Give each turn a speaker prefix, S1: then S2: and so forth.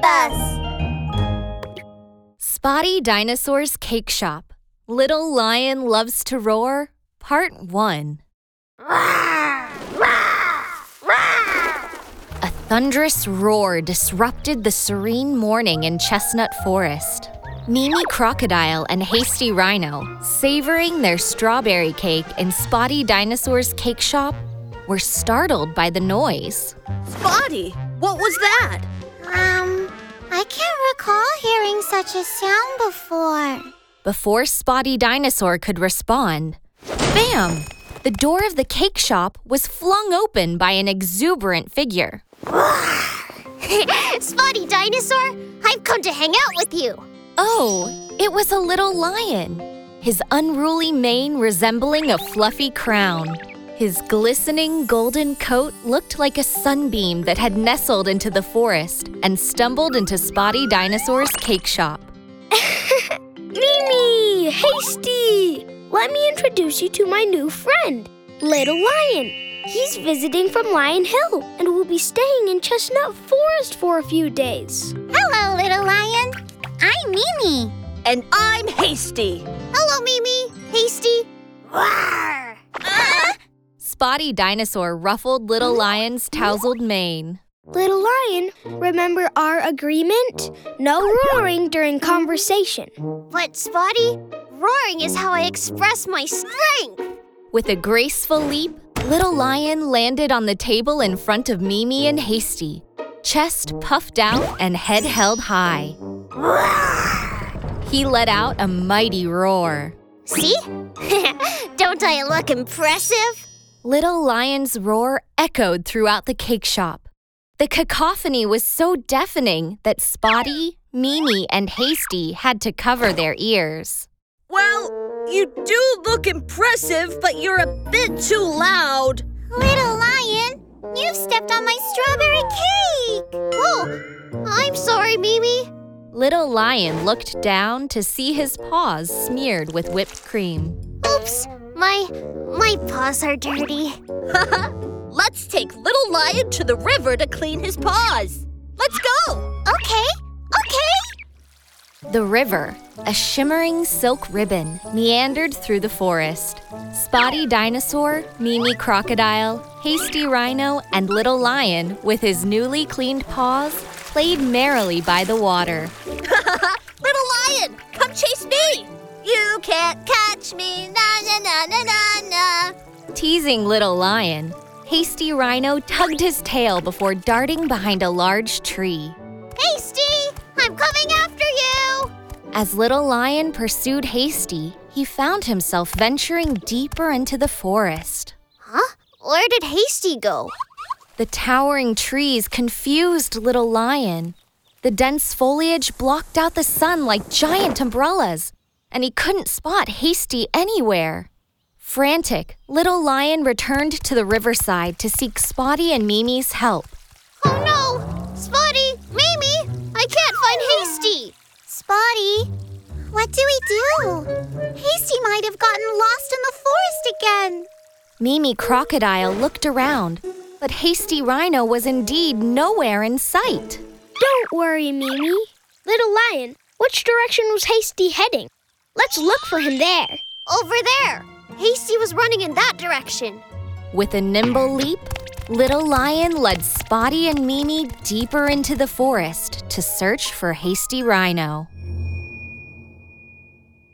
S1: bus.
S2: Spotty Dinosaur's Cake Shop. Little Lion Loves to Roar, Part 1. A thunderous roar disrupted the serene morning in Chestnut Forest. Mimi Crocodile and Hasty Rhino, savoring their strawberry cake in Spotty Dinosaur's cake shop, were startled by the noise.
S3: Spotty, what was that?
S1: Um, I can't recall hearing such a sound before.
S2: Before Spotty Dinosaur could respond, bam! The door of the cake shop was flung open by an exuberant figure.
S1: Spotty Dinosaur, I've come to hang out with you.
S2: Oh, it was a little lion, his unruly mane resembling a fluffy crown. His glistening golden coat looked like a sunbeam that had nestled into the forest and stumbled into Spotty Dinosaur's cake shop.
S4: Mimi! Hasty! Let me introduce you to my new friend, Little Lion. He's visiting from Lion Hill and will be staying in Chestnut Forest for a few days.
S1: Hello, little lion. I'm Mimi.
S3: And I'm hasty.
S1: Hello, Mimi. Hasty. Uh,
S2: Spotty Dinosaur ruffled Little Lion's tousled mane.
S4: Little Lion, remember our agreement? No roaring during conversation.
S1: But Spotty, roaring is how I express my strength.
S2: With a graceful leap, Little Lion landed on the table in front of Mimi and Hasty, chest puffed out and head held high. He let out a mighty roar.
S1: See? Don't I look impressive?
S2: Little Lion's roar echoed throughout the cake shop. The cacophony was so deafening that Spotty, Mimi, and Hasty had to cover their ears.
S3: Well, you do look impressive, but you're a bit too loud.
S1: Little lion, you've stepped on my strawberry cake. Oh, I'm sorry, Mimi.
S2: Little Lion looked down to see his paws smeared with whipped cream.
S1: Oops, my my paws are dirty.
S3: Let's take Little Lion to the river to clean his paws. Let's go! Uh,
S1: Okay, okay.
S2: The river, a shimmering silk ribbon, meandered through the forest. Spotty Dinosaur, Mimi Crocodile, Hasty Rhino, and Little Lion, with his newly cleaned paws, played merrily by the water.
S3: Little Lion, come chase me!
S1: You can't catch me, na na na na na na.
S2: Teasing Little Lion, Hasty Rhino tugged his tail before darting behind a large tree.
S1: Hasty, I'm coming after you.
S2: As Little Lion pursued Hasty, he found himself venturing deeper into the forest.
S1: Huh? Where did Hasty go?
S2: The towering trees confused Little Lion. The dense foliage blocked out the sun like giant umbrellas, and he couldn't spot Hasty anywhere. Frantic, Little Lion returned to the riverside to seek Spotty and Mimi's help.
S1: Oh no! Spotty! Mimi! I can't find Hasty! Spotty? What do we do? Hasty might have gotten lost in the forest again.
S2: Mimi Crocodile looked around, but Hasty Rhino was indeed nowhere in sight.
S4: Don't worry, Mimi. Little Lion, which direction was Hasty heading? Let's look for him there.
S1: Over there! Hasty was running in that direction.
S2: With a nimble leap, Little Lion led Spotty and Mimi deeper into the forest to search for Hasty Rhino.